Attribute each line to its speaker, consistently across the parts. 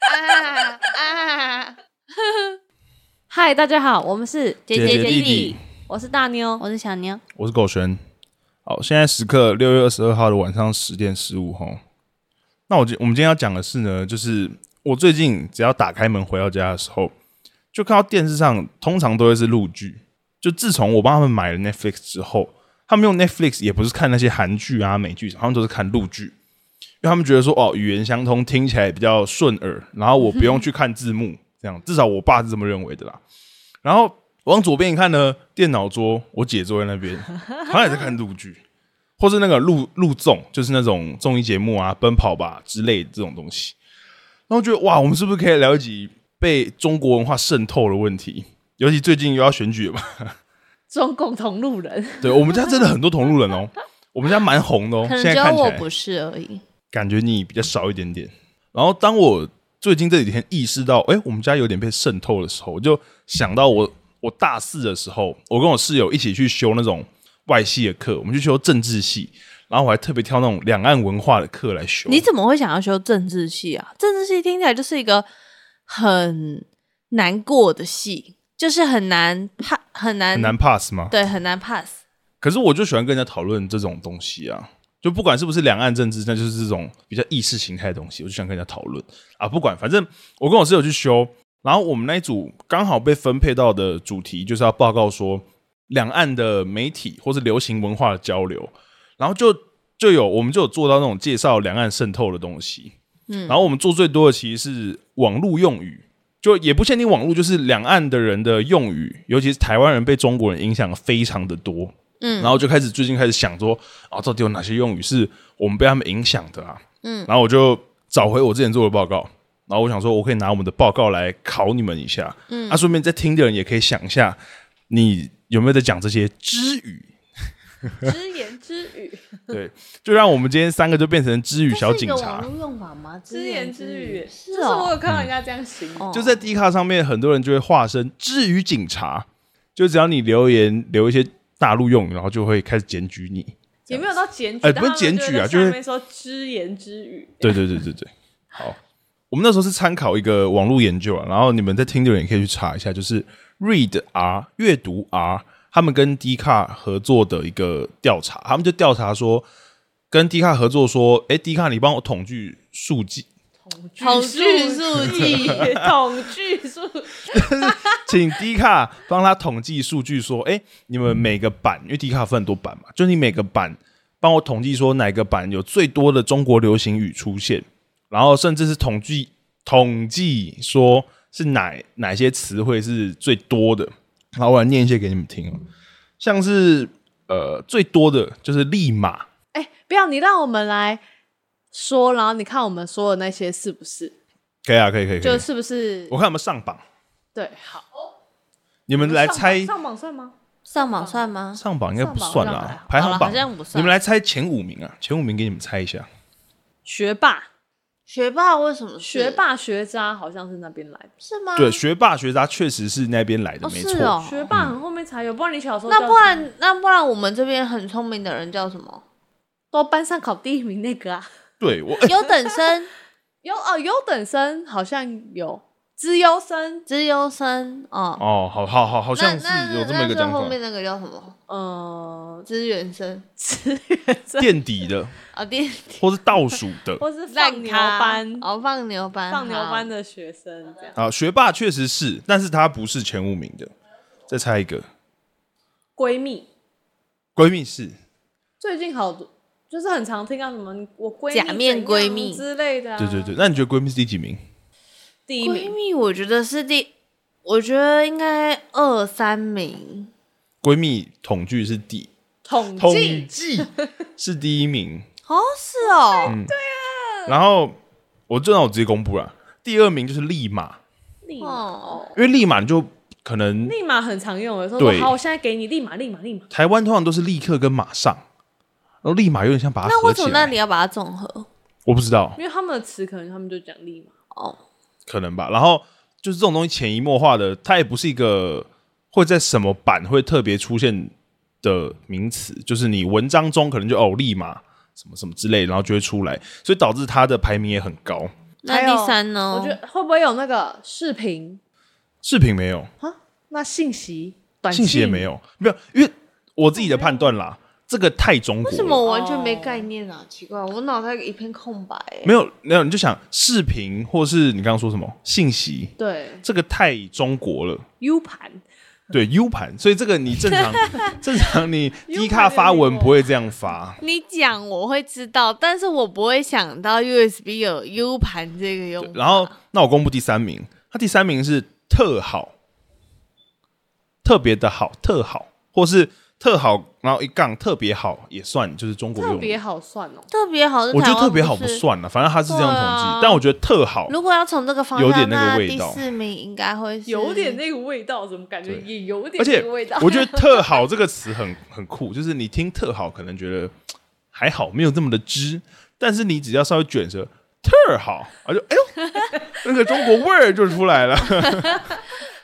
Speaker 1: 啊啊！
Speaker 2: 嗨，大家好，我们是，
Speaker 1: 姐姐弟弟，
Speaker 2: 我是大妞，
Speaker 1: 我是小妞，
Speaker 3: 我是狗璇。好，现在时刻六月二十二号的晚上十点十五吼。那我今我们今天要讲的是呢，就是我最近只要打开门回到家的时候，就看到电视上通常都会是陆剧。就自从我帮他们买了 Netflix 之后，他们用 Netflix 也不是看那些韩剧啊、美剧，他们都是看陆剧，因为他们觉得说哦，语言相通，听起来比较顺耳，然后我不用去看字幕，这样至少我爸是这么认为的啦。然后往左边一看呢，电脑桌，我姐坐在那边，她也在看陆剧，或是那个陆陆综，就是那种综艺节目啊，奔跑吧之类的这种东西。然后觉得哇，我们是不是可以聊一集被中国文化渗透的问题？尤其最近又要选举了嘛，
Speaker 2: 中共同路人，
Speaker 3: 对我们家真的很多同路人哦，我们家蛮红的哦，
Speaker 1: 可能
Speaker 3: 现
Speaker 1: 只有
Speaker 3: 在看起
Speaker 1: 我
Speaker 3: 来
Speaker 1: 不是而已。
Speaker 3: 感觉你比较少一点点。然后当我最近这几天意识到，哎，我们家有点被渗透的时候，我就想到我我大四的时候，我跟我室友一起去修那种外系的课，我们去修政治系，然后我还特别挑那种两岸文化的课来修。
Speaker 1: 你怎么会想要修政治系啊？政治系听起来就是一个很难过的系，就是很难怕，很难，
Speaker 3: 很难 pass 吗？
Speaker 1: 对，很难 pass。
Speaker 3: 可是我就喜欢跟人家讨论这种东西啊，就不管是不是两岸政治，那就是这种比较意识形态的东西，我就想跟人家讨论啊。不管，反正我跟我室友去修，然后我们那一组刚好被分配到的主题就是要报告说两岸的媒体或是流行文化的交流，然后就就有我们就有做到那种介绍两岸渗透的东西，嗯，然后我们做最多的其实是网络用语。就也不限定网络，就是两岸的人的用语，尤其是台湾人被中国人影响得非常的多。
Speaker 1: 嗯
Speaker 3: 然后就开始最近开始想说，啊，到底有哪些用语是我们被他们影响的啊？嗯，然后我就找回我之前做的报告，然后我想说，我可以拿我们的报告来考你们一下，嗯，啊，顺便在听的人也可以想一下，你有没有在讲这些知语？
Speaker 2: 只言只语，
Speaker 3: 对，就让我们今天三个就变成知语小
Speaker 1: 嗯这是一
Speaker 3: 警
Speaker 1: 个
Speaker 3: 察
Speaker 1: 网。络用法吗？
Speaker 2: 只言之语，
Speaker 1: 是
Speaker 2: 就是嗯我
Speaker 1: 哦，
Speaker 2: 有看到人家这样形容，
Speaker 3: 就在 D 卡上面，很多人就会化身知语警察，就只要你留言留一些大陆用语，然后就会开始检举你。
Speaker 2: 也没有到检举，
Speaker 3: 哎
Speaker 2: 但
Speaker 3: 不是
Speaker 2: 他们
Speaker 3: 检举啊
Speaker 2: 就
Speaker 3: 就是
Speaker 2: 会在下面说只言只语，
Speaker 3: 对对对对对，好，我们那时候是参考一个网络研究啊，然后你们在听的人也可以去查一下，就是 Read R 阅读 R 他们跟 D 卡合作的一个调查，他们就调查说跟 D 卡合作说，哎，D 卡你帮我统计数据，
Speaker 1: 统
Speaker 2: 句
Speaker 1: 计
Speaker 2: 数
Speaker 1: 数
Speaker 2: 记，统句数，
Speaker 3: 请 D 卡帮他统计数据，说，哎、你们每个版，因为 D 卡分很多版嘛，就你每个版帮我统计说哪个版有最多的中国流行语出现，然后甚至是统计统计说是哪哪些词汇是最多的，然后我来念一些给你们听哦，像是呃最多的就是立马，
Speaker 2: 哎，不要你让我们来说，然后你看我们说的那些是不是，
Speaker 3: 可以啊，可以可以可以，
Speaker 2: 就是不是
Speaker 3: 我看有没有上榜，
Speaker 2: 对？好，
Speaker 3: 你们来猜
Speaker 2: 哦上榜算吗？
Speaker 1: 上网算吗？
Speaker 3: 上榜应该不算
Speaker 2: 上榜
Speaker 3: 啦，
Speaker 2: 不
Speaker 3: 排
Speaker 1: 好
Speaker 3: 行
Speaker 1: 啦
Speaker 3: 榜
Speaker 1: 好像不算
Speaker 3: 你们来猜前五名啊，前五名给你们猜一下。
Speaker 2: 学霸、
Speaker 1: 学霸为什么是
Speaker 2: 学霸、学渣好像是那边来的。
Speaker 1: 是吗？
Speaker 3: 对，学霸学渣确实是那边来的，
Speaker 1: 哦
Speaker 3: 没
Speaker 1: 是
Speaker 3: 错。
Speaker 1: 哦
Speaker 2: 学
Speaker 3: 嗯
Speaker 2: 霸很后面才有，不然你小时候
Speaker 1: 那
Speaker 2: 叫
Speaker 1: 不
Speaker 2: 什么
Speaker 1: 然那不然我们这边很聪明的人叫什么？
Speaker 2: 都班上考第一名那个啊，
Speaker 3: 对我、 哎
Speaker 1: 优等生、
Speaker 2: 优哦优等生好像有，资优生，
Speaker 1: 资优生哦。
Speaker 3: 哦，好好好，好
Speaker 1: 那
Speaker 3: 像
Speaker 1: 那
Speaker 3: 是有
Speaker 1: 那
Speaker 3: 这么一个
Speaker 1: 那
Speaker 3: 讲法
Speaker 1: 后，面那个叫什么？
Speaker 2: 呃，
Speaker 1: 资源生
Speaker 2: 资源生
Speaker 3: 垫底的
Speaker 1: 啊，第
Speaker 3: 或是倒数 的
Speaker 2: 或是放
Speaker 1: 烂
Speaker 2: 牛
Speaker 1: 咖
Speaker 2: 班，
Speaker 1: 哦，放牛班，
Speaker 2: 放牛
Speaker 1: 好
Speaker 2: 班的学生这样。
Speaker 3: 啊，学霸确实是，但是他不是前五名的。再猜一个，
Speaker 2: 闺蜜
Speaker 3: 闺蜜是
Speaker 2: 最近好多，就是很常听到什么我闺蜜
Speaker 1: 假面
Speaker 2: 怎样
Speaker 1: 闺蜜
Speaker 2: 之类的、啊，
Speaker 3: 对对，对。那你觉得闺蜜是第几名？
Speaker 2: 第一
Speaker 1: 闺
Speaker 2: 名
Speaker 1: 蜜，我觉得是第，我觉得应该二三名。
Speaker 3: 闺蜜统计是第
Speaker 2: 统
Speaker 3: 统
Speaker 2: 计
Speaker 3: 计 是第一名，
Speaker 1: 哦，是哦，
Speaker 3: 嗯然后我这让我直接公布了，第二名就是立马，
Speaker 2: 立马
Speaker 1: 哦，
Speaker 3: 因为立马你就可能
Speaker 2: 立马很常用，有时候
Speaker 3: 对
Speaker 2: 说好，我现在给你立马立马立马，
Speaker 3: 台湾通常都是立刻跟马上，然后立马有点像把它
Speaker 1: 那
Speaker 3: 合
Speaker 1: 为
Speaker 3: 起
Speaker 1: 什
Speaker 3: 来。
Speaker 1: 么那里要把它综合？
Speaker 3: 我不知道，
Speaker 2: 因为他们的词可能他们就讲立马。
Speaker 1: 哦，
Speaker 3: 可能吧。然后就是这种东西潜移默化的，它也不是一个会在什么版会特别出现的名词，就是你文章中可能就哦立马什么什么之类，然后就会出来，所以导致它的排名也很高。
Speaker 1: 那
Speaker 2: 还有
Speaker 1: 第三呢？
Speaker 2: 我觉得会不会有那个视频？
Speaker 3: 视频没有，
Speaker 2: 那信息短
Speaker 3: 信息也没
Speaker 2: 有，
Speaker 3: 有，没有，因为我自己的判断啦，这个太中国
Speaker 1: 为
Speaker 3: 了。
Speaker 1: 什么我
Speaker 2: 哦
Speaker 1: 完全没概念啊？奇怪，我脑袋一片空白、欸。
Speaker 3: 没有没有？你就想视频，或是你刚刚说什么信息，
Speaker 2: 对
Speaker 3: 这个太中国了。
Speaker 2: U 盘
Speaker 3: 对 U 盘，所以这个你正常正常你
Speaker 2: U 盘
Speaker 3: 低卡发
Speaker 2: 也没
Speaker 3: 文
Speaker 2: 有
Speaker 3: 不会这样发，
Speaker 1: 你讲我会知道，但是我不会想到 USB 有 U 盘这个
Speaker 2: 哦
Speaker 1: 用法。
Speaker 3: 然后那我公布第三名，他第三名是特好，特别的好，特好，或是特好，然后一杠特别好也算，就是中国
Speaker 2: 特
Speaker 3: 用
Speaker 2: 别
Speaker 3: 的。
Speaker 2: 好算哦，
Speaker 1: 特别好，
Speaker 3: 我觉得特别好不
Speaker 1: 是。
Speaker 3: 算了，啊反正他是这样统计，
Speaker 1: 对啊
Speaker 3: 但我觉得特好
Speaker 1: 如果要从这个方
Speaker 3: 有
Speaker 1: 向，
Speaker 3: 点那个
Speaker 1: 那
Speaker 3: 味道
Speaker 1: 第四名应该会是
Speaker 2: 有点那个味道，怎么感觉
Speaker 3: 对
Speaker 2: 也有点
Speaker 3: 而且
Speaker 2: 那个味道？
Speaker 3: 我觉得“特好”这个词很很酷，就是你听“特好”可能觉得嘖还好，没有这么的汁，但是你只要稍微卷舌“特好”，啊就哎呦，那个中国味儿就出来
Speaker 2: 嗯
Speaker 3: 了。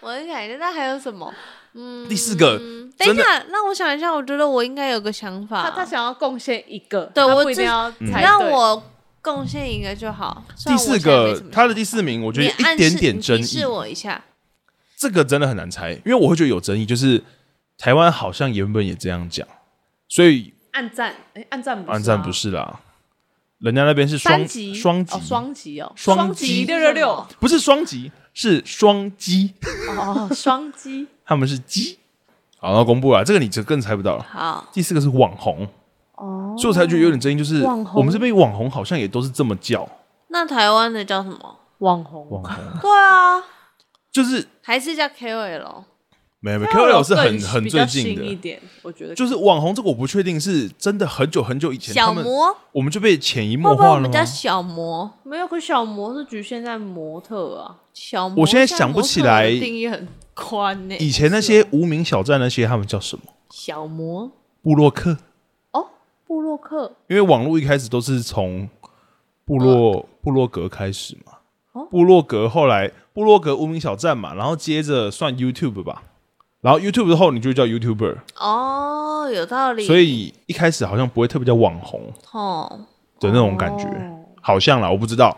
Speaker 1: 我的感觉，那还有什么？
Speaker 3: 第四个，
Speaker 1: 嗯，等
Speaker 3: 真
Speaker 1: 一
Speaker 3: 的
Speaker 1: 下，让我想一下。我觉得我应该有个想法。
Speaker 2: 他他想要贡献一个，
Speaker 1: 啊对
Speaker 2: 他
Speaker 1: 我嗯
Speaker 2: 不一定
Speaker 1: 就
Speaker 2: 要猜
Speaker 1: 让
Speaker 2: 对
Speaker 1: 我贡献一个就好。虽然
Speaker 3: 第
Speaker 1: 我
Speaker 3: 四
Speaker 1: 现在没
Speaker 3: 个
Speaker 1: 什么，
Speaker 3: 他的
Speaker 1: 想
Speaker 3: 第四名，我
Speaker 1: 法
Speaker 3: 觉得
Speaker 1: 你
Speaker 3: 有
Speaker 1: 暗
Speaker 3: 一点
Speaker 1: 示
Speaker 3: 点
Speaker 1: 你
Speaker 3: 争
Speaker 1: 提
Speaker 3: 议
Speaker 1: 示，我一下，
Speaker 3: 这个真的很难猜，因为我会觉得有争议，就是台湾好像原本也这样讲，所以
Speaker 2: 暗赞，哎，暗赞不是，
Speaker 3: 安赞不，是
Speaker 1: 啊
Speaker 3: 啦，人家那边是
Speaker 2: 三
Speaker 3: 双
Speaker 2: 级，
Speaker 3: 双级
Speaker 2: 哦，双级哦，
Speaker 3: 双
Speaker 2: 级
Speaker 3: 击
Speaker 2: 六六六，
Speaker 1: 哦
Speaker 3: 不是双级，是双击，
Speaker 2: 哦，双击，
Speaker 3: 他们是鸡。好，那公布啊了，这个你就更猜不到了。
Speaker 1: 好，
Speaker 3: 第四个是网红，
Speaker 2: 哦，
Speaker 3: 所以我才觉得有点争议，就是
Speaker 2: 网红
Speaker 3: 我们这边网红好像也都是这么叫
Speaker 1: 那台湾的叫什么？
Speaker 2: 网红
Speaker 3: 网，红，
Speaker 1: 对啊，
Speaker 3: 就是
Speaker 1: 还是叫 KOL。
Speaker 3: 没有没有
Speaker 2: KOL
Speaker 3: KOL 是很
Speaker 2: 更
Speaker 3: 很
Speaker 2: 比较
Speaker 3: 最近
Speaker 2: 新一
Speaker 3: 的，
Speaker 2: 点，我觉得
Speaker 3: 就是网红这个我不确定是真的很久很久以前
Speaker 1: 小
Speaker 3: 他们
Speaker 1: 魔
Speaker 3: 我们就被潜移默
Speaker 1: 会不会
Speaker 3: 化
Speaker 1: 我
Speaker 3: 了
Speaker 1: 们
Speaker 3: 吗
Speaker 1: 叫？小魔？
Speaker 2: 没有，可小模是局限在模特啊，
Speaker 1: 小魔，
Speaker 3: 我现在想不
Speaker 1: 模
Speaker 3: 起
Speaker 1: 特的
Speaker 3: 来
Speaker 1: 定义很宽呢、
Speaker 3: 以前那些无名小站那些他们叫什么？
Speaker 1: 小魔
Speaker 3: 部落客，
Speaker 2: 哦，布洛克，
Speaker 3: 因为网络一开始都是从部
Speaker 1: 嗯
Speaker 3: 落部落格开始嘛
Speaker 2: 哦，
Speaker 3: 部落格后来部落格无名小站嘛，然后接着算 YouTube 吧，然后 YouTube 之后你就叫 YouTuber，
Speaker 1: 哦，有道理。
Speaker 3: 所以一开始好像不会特别叫网红
Speaker 1: 哦，
Speaker 3: 的那种感觉，
Speaker 2: 哦
Speaker 3: 好像啦，我不知道，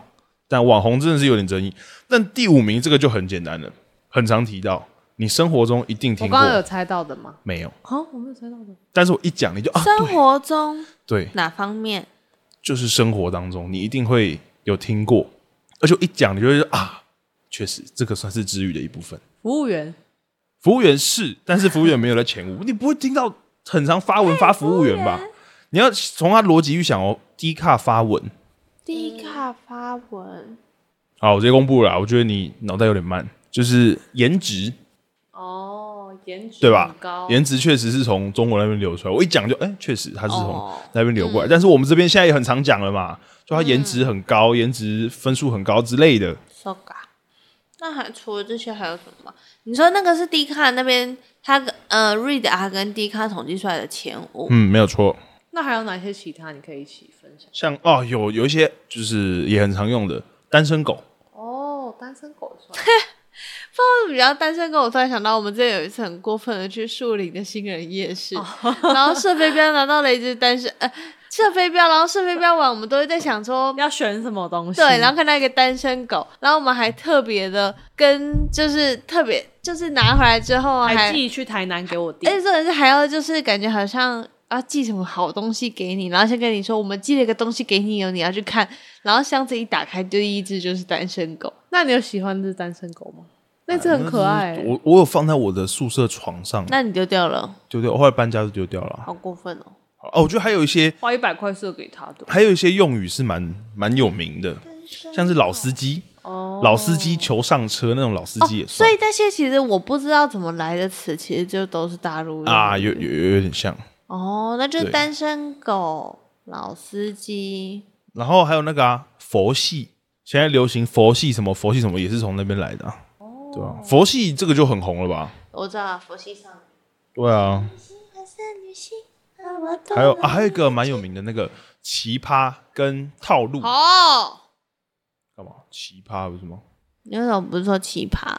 Speaker 3: 但网红真的是有点争议。但第五名这个就很简单了，很常提到，你生活中一定
Speaker 2: 我
Speaker 3: 听
Speaker 2: 刚刚有
Speaker 3: 过，
Speaker 2: 猜到的吗？
Speaker 3: 没有？
Speaker 2: 啊，我没有猜到的，
Speaker 3: 但是我一讲你就啊，
Speaker 1: 生活中
Speaker 3: 对对，
Speaker 1: 哪方面？
Speaker 3: 就是生活当中你一定会有听过，而且我一讲你就会说啊，确实这个算是治愈的一部分。
Speaker 2: 服务员，
Speaker 3: 服务员是，但是服务员没有在前五，你不会听到很常发文发服务员吧？你要从他逻辑去想哦，低卡发文。
Speaker 1: 第一卡发文，
Speaker 3: 好，我直接公布了啦，我觉得你脑袋有点慢，就是颜值，
Speaker 2: 哦，颜值
Speaker 3: 对吧
Speaker 2: 很高？
Speaker 3: 颜值确实是从中国那边流出来，我一讲就，哎、确实他是从
Speaker 1: 哦
Speaker 3: 那边流
Speaker 2: 嗯
Speaker 3: 过来，但是我们这边现在也很常讲了嘛，就他颜值很高，
Speaker 2: 嗯
Speaker 3: 颜值分数很高之类的，
Speaker 1: s o g a 那还除了这些还有什么吗？你说那个是 D 卡那边，他呃 Read R 跟 D 卡统计出来的前五，
Speaker 3: 嗯，没有错。
Speaker 2: 那还有哪些其他你可以一起分享？
Speaker 3: 像哦，有有一些就是也很常用的单身狗，
Speaker 2: 哦，单身狗算，
Speaker 1: 为什么要单身狗？我突然想到，我们之前有一次很过分的去树林的新人夜市，然后射飞镖拿到了一只单身呃射飞镖，然后射飞镖完，我们都会在想说。
Speaker 2: 要选什么东西？
Speaker 1: 对，然后看到一个单身狗，然后我们还特别的跟，就是特别就是拿回来之后还，
Speaker 2: 还哎寄去台南给我弟
Speaker 1: 而，且重哎点是还要就是感觉好像要寄什么好东西给你，然后先跟你说我们寄了一个东西给你哦，你要去看，然后箱子一打开，第一只就是单身狗，
Speaker 2: 那你有喜欢这单身狗吗？那
Speaker 3: 啊
Speaker 2: 只很可爱、欸
Speaker 3: 我我有放在我的宿舍床上
Speaker 1: 那你丢掉了，
Speaker 3: 丢掉，后来搬家就丢掉了。
Speaker 1: 好过分哦。
Speaker 3: 哦，我觉得还有一些
Speaker 2: 花一百块色给他的。
Speaker 3: 还有一些用语是蛮蛮有名的，像是老司机，
Speaker 2: 哦，
Speaker 3: 老司机求上车那种老司机也
Speaker 1: 所
Speaker 3: 算、
Speaker 1: 以这些其实我不知道怎么来的词，其实就都是大陆用
Speaker 3: 啊，
Speaker 1: 语
Speaker 3: 有有有有点像。
Speaker 1: 哦，那就是
Speaker 3: 对
Speaker 1: 单身狗、老司机，
Speaker 3: 然后还有那个啊，佛系，现在流行佛系什么佛系什么也是从那边来的、啊，
Speaker 1: 哦
Speaker 3: 对啊，佛系这个就很红了吧？
Speaker 1: 我知道啊佛系上帝
Speaker 3: 对啊，还有啊，还有一个蛮有名的那个奇葩跟套路，
Speaker 1: 哦，
Speaker 3: 干嘛？奇葩不是吗？
Speaker 1: 你为什么不是说奇葩？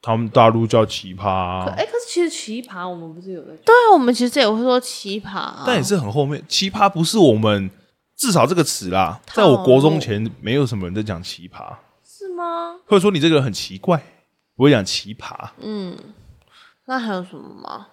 Speaker 3: 他们大陆叫奇葩啊、
Speaker 2: 可哎、可是其实奇葩我们不是有在
Speaker 1: 对啊，我们其实也会说奇葩啊，
Speaker 3: 但也是很后面。奇葩不是我们至少这个词啦，
Speaker 2: 套
Speaker 3: 在我国中前没有什么人在讲奇葩，
Speaker 1: 是吗？
Speaker 3: 或者说你这个人很奇怪，不会讲奇葩。
Speaker 1: 嗯，那还有什么吗？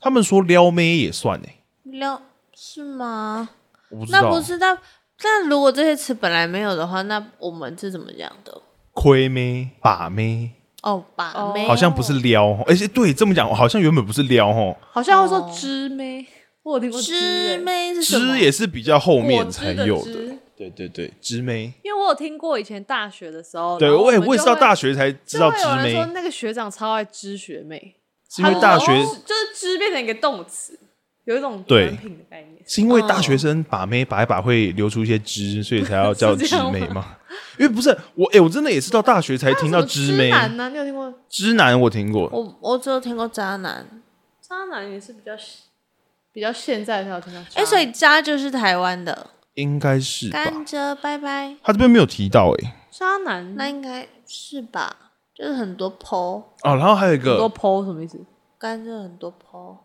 Speaker 3: 他们说撩妹也算哎、
Speaker 1: 撩是吗？
Speaker 3: 我不知
Speaker 1: 那
Speaker 3: 道，
Speaker 1: 不是那那如果这些词本来没有的话，那我们是怎么讲的？
Speaker 3: 亏妹、把妹，
Speaker 1: 哦，把
Speaker 2: 哦
Speaker 1: 妹
Speaker 3: 好像不是撩哦，而、且对这么讲，好像原本不是撩哦，
Speaker 2: 好像会说
Speaker 1: 哦
Speaker 2: 知妹，我有听过啊知
Speaker 1: 师
Speaker 2: 欸
Speaker 1: 妹是什么？
Speaker 3: 知也是比较后面才有
Speaker 2: 果汁的汁
Speaker 3: 对对对，知妹，
Speaker 2: 因为我有听过以前大学的时候，
Speaker 3: 对
Speaker 2: 然后
Speaker 3: 我也
Speaker 2: 们
Speaker 3: 我也
Speaker 2: 就是
Speaker 3: 到
Speaker 2: 会
Speaker 3: 大学才知道
Speaker 2: 就
Speaker 3: 知
Speaker 2: 会有人
Speaker 3: 妹
Speaker 2: 说，啊那个学长超爱知学妹，
Speaker 3: 是因为
Speaker 2: 他
Speaker 3: 大
Speaker 2: 就
Speaker 3: 学
Speaker 2: 是就是知变成一个动词，有一种
Speaker 3: 对
Speaker 2: 产品的概念。
Speaker 3: 是因为大学生把妹把一把会流出一些汁，所以才要叫
Speaker 2: 是
Speaker 3: 知
Speaker 2: 这样
Speaker 3: 妹吗？因为不是我，哎、我真的也是到大学才听到知妹
Speaker 2: 知。男呢、你有听过？
Speaker 3: 知男我听过，
Speaker 1: 我我只有听过渣男，
Speaker 2: 渣男也是比较比较现在才有听到渣男。
Speaker 1: 哎、所以渣就是台湾的
Speaker 3: 应该是吧？
Speaker 1: 甘蔗，拜拜。
Speaker 3: 他这边没有提到哎、
Speaker 2: 渣男
Speaker 1: 那应该是吧？就是很多剖
Speaker 3: 哦，然后还有一个
Speaker 2: 多 PO 什么意思？
Speaker 1: 甘蔗，很多剖。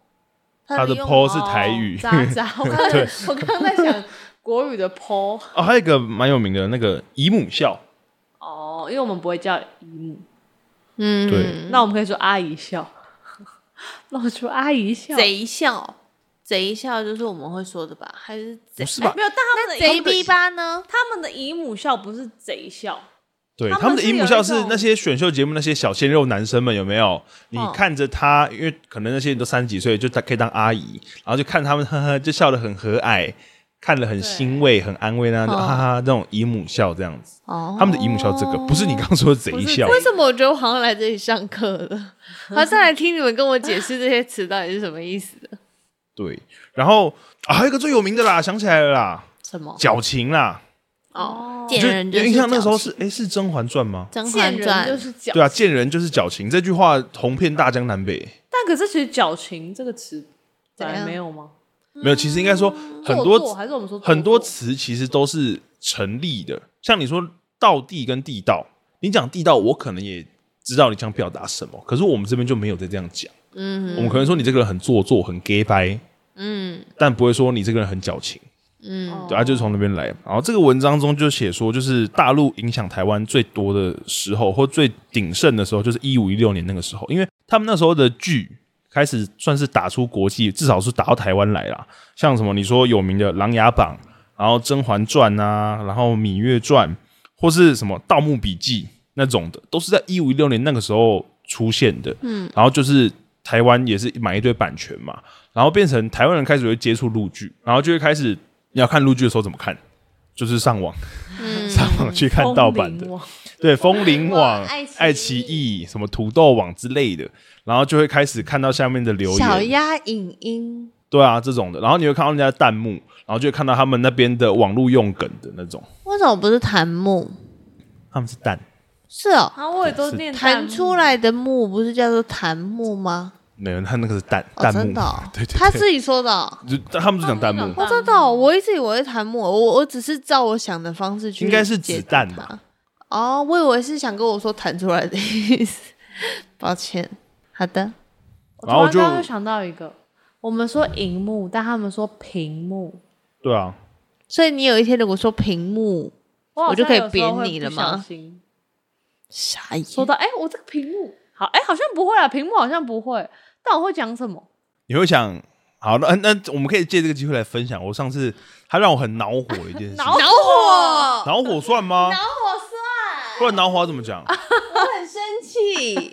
Speaker 3: 他的
Speaker 1: 用
Speaker 3: PO 是台语
Speaker 2: 哦渣渣，我刚 才我刚刚在想国语的 PO
Speaker 3: 哦，还有一个蛮有名的那个姨母笑，
Speaker 2: 哦，因为我们不会叫姨母，
Speaker 1: 嗯，
Speaker 3: 对
Speaker 2: 那我们可以说阿姨笑， 露出阿姨笑。
Speaker 1: 贼笑，贼笑就是我们会说的吧？还是贼
Speaker 3: 不是吧？
Speaker 2: 哎没有，但他们的
Speaker 1: 贼
Speaker 2: 他们的
Speaker 1: 逼吧呢？
Speaker 2: 他们的姨母笑不是贼笑，
Speaker 3: 对，
Speaker 2: 他们
Speaker 3: 他们的
Speaker 2: 是
Speaker 3: 姨母
Speaker 2: 有
Speaker 3: 笑
Speaker 2: 一
Speaker 3: 是
Speaker 2: 种
Speaker 3: 那些选秀节目那些小鲜肉男生们有没有？你
Speaker 1: 嗯
Speaker 3: 看着他，因为可能那些人都三十几岁，就他可以当阿姨，然后就看他们呵呵，就笑得很和蔼，看了很欣慰、很安慰那样，就
Speaker 1: 嗯
Speaker 3: 哈哈那种姨母笑这样子。
Speaker 1: 哦
Speaker 3: 他们的姨母笑这个不是你刚说的贼
Speaker 2: 不是
Speaker 3: 笑，
Speaker 2: 贼
Speaker 1: 为什么我觉得我好像来这里上课 了，好像来听你们跟我解释这些词到底是什么意思的？
Speaker 3: 对。然后啊，还有一个最有名的啦，想起来了啦，
Speaker 1: 什么？
Speaker 3: 矫情啦，
Speaker 1: 哦，
Speaker 3: 就
Speaker 1: 贱人
Speaker 3: 有
Speaker 1: 是
Speaker 3: 印象那时
Speaker 1: 矫
Speaker 3: 候
Speaker 1: 情
Speaker 3: 是哎、是《甄嬛传》吗？
Speaker 1: 《甄
Speaker 2: 贱
Speaker 1: 嬛
Speaker 2: 人
Speaker 1: 传
Speaker 2: 就》，是矫
Speaker 3: 对啊，见人就是矫情，这句话红遍大江南北。
Speaker 2: 但可是其实矫情这个词
Speaker 1: 怎
Speaker 2: 本来
Speaker 1: 样
Speaker 2: 没有吗？
Speaker 3: 没有，其实应该说很多
Speaker 2: 做作还是我们说做作
Speaker 3: 很多词其实都是成立的。像你说道地跟地道，你讲地道，我可能也知道你想表达什么，可是我们这边就没有在这样讲。
Speaker 1: 嗯
Speaker 3: 我们可能说你这个人很做作，很 gay 掰，
Speaker 1: 嗯
Speaker 3: 但不会说你这个人很矫情。
Speaker 1: 嗯，
Speaker 3: 对，他啊就是从那边来。然后这个文章中就写说，就是大陆影响台湾最多的时候，或最鼎盛的时候，就是一五一六年那个时候，因为他们那时候的剧开始算是打出国际，至少是打到台湾来啦。像什么你说有名的《琅琊榜》，然后《甄嬛传》啊，然后《芈月传》，或是什么《盗墓笔记》那种的，都是在一五一六年那个时候出现的。嗯，然后就是台湾也是买一堆版权嘛，然后变成台湾人开始会接触陆剧，然后就会开始你要看陆剧的时候怎么看，就是上网，
Speaker 1: 嗯
Speaker 3: 上网去看盗版的
Speaker 2: 风铃，网
Speaker 3: 对，风
Speaker 1: 风
Speaker 3: 铃网
Speaker 1: 铃网、
Speaker 3: 爱
Speaker 1: 爱
Speaker 3: 奇
Speaker 1: 奇
Speaker 3: 艺、什么土豆网之类的，然后就会开始看到下面的留
Speaker 1: 小
Speaker 3: 言，
Speaker 1: 鸭影音，
Speaker 3: 对啊，这种的，然后你会看到人家的弹幕，然后就会看到他们那边的网络用梗的那种，
Speaker 1: 为什么不是弹幕？
Speaker 3: 他们是蛋，
Speaker 1: 是哦，
Speaker 2: 啊，我也都念弹
Speaker 1: 弹
Speaker 2: 幕
Speaker 1: 出，来的幕不是叫做弹幕吗？
Speaker 3: 没有，他那个是蛋
Speaker 1: 哦，
Speaker 3: 弹幕
Speaker 1: 真的、哦
Speaker 3: ，对对
Speaker 1: 他
Speaker 3: 对
Speaker 1: 自己说的、哦。
Speaker 3: 就他们就讲弹幕，
Speaker 1: 哦，真的哦、我一直以为是弹幕，我我只是照我想的方式去，
Speaker 3: 应该是子弹吧
Speaker 1: 吧？哦，我以为是想跟我说弹出来的意思， 抱歉。好的，
Speaker 3: 然后
Speaker 2: 我突然
Speaker 3: 就
Speaker 2: 刚刚想到一个，我们说荧幕，但他们说屏幕，
Speaker 3: 对啊，
Speaker 1: 所以你有一天如果说屏幕
Speaker 2: 我好
Speaker 1: 我就
Speaker 2: 像
Speaker 1: 可以
Speaker 2: 有时候
Speaker 1: 扁
Speaker 2: 会
Speaker 1: 你
Speaker 2: 不
Speaker 1: 了吗嗯
Speaker 2: 小心
Speaker 1: 傻眼，
Speaker 2: 说到哎，我这个屏幕好哎，好像不会啊，屏幕好像不会，但我会讲什么？
Speaker 3: 你会想，好，那那我们可以借这个机会来分享。我上次他让我很恼火一件事，
Speaker 2: 恼
Speaker 1: 恼火，
Speaker 3: 恼火啊算吗？
Speaker 1: 火算，
Speaker 3: 不然恼火怎么讲？
Speaker 1: 我 很生气，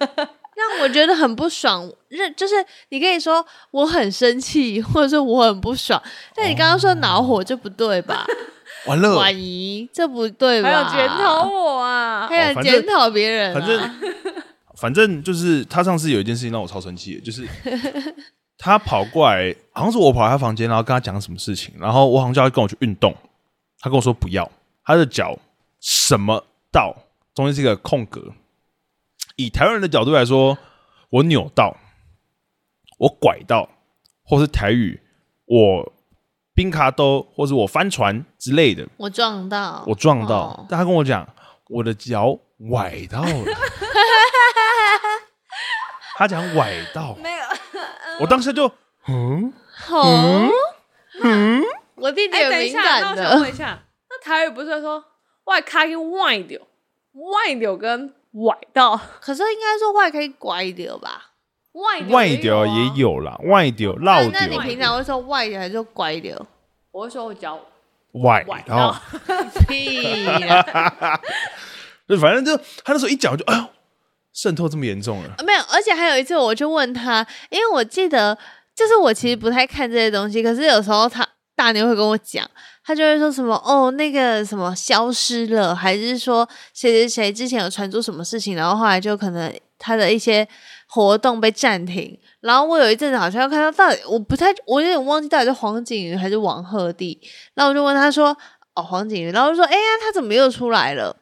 Speaker 1: 让我觉得很不爽。认就是你可以说我很生气， 或者是我很不爽，但你刚刚说恼火就不对吧？
Speaker 3: 完了，
Speaker 1: 婉仪，这不对吧？
Speaker 2: 还有检讨，我啊，
Speaker 1: 还
Speaker 3: 哦
Speaker 1: 有
Speaker 3: 反正
Speaker 1: 检讨别人、啊
Speaker 3: 哦反正反正就是他上次有一件事情让我超生气的，就是 他跑过来，好像是我跑来他房间，然后跟他讲什么事情，然后我好像叫他跟我去运动，他跟我说不要，他的脚什么到中间是一个空格，以台湾人的角度来说，我扭到，我拐到，或是台语我冰卡兜，或是我翻船之类的，
Speaker 1: 我撞到，
Speaker 3: 我撞到，
Speaker 1: 哦
Speaker 3: 但他跟我讲我的脚崴 到了，他讲崴到，
Speaker 1: 没有，
Speaker 3: 嗯我当时就嗯
Speaker 1: 哦，我弟弟
Speaker 2: 哎、
Speaker 1: 也
Speaker 2: 等一
Speaker 1: 敏
Speaker 2: 下，
Speaker 1: 感
Speaker 2: 那我想
Speaker 1: 的，
Speaker 2: 问一下，那台语不是说外开跟外流，外流跟崴到，
Speaker 1: 可是应该说外可以拐一点吧？
Speaker 2: 外
Speaker 3: 外
Speaker 2: 也
Speaker 3: 丢
Speaker 2: 啊
Speaker 3: 也，有啦，外丢绕
Speaker 1: 那
Speaker 3: 丢
Speaker 1: 那你平常会说外流还是说拐流？
Speaker 2: 我会说我脚
Speaker 3: 外
Speaker 2: 崴，
Speaker 3: 然后
Speaker 2: 到，
Speaker 1: 屁啦！
Speaker 3: 就反正就他那时候一讲我就哎呦，渗透这么严重了，
Speaker 1: 没有，而且还有一次，我就问他，因为我记得，就是我其实不太看这些东西，可是有时候他大牛会跟我讲，他就会说什么哦，那个什么消失了，还是说谁谁谁之前有传出什么事情，然后后来就可能他的一些活动被暂停。然后我有一阵子好像看到到底我不太，我有点忘记到底是黄景瑜还是王鹤棣，那我就问他说哦黄景瑜，然后我就说哎呀他怎么又出来了？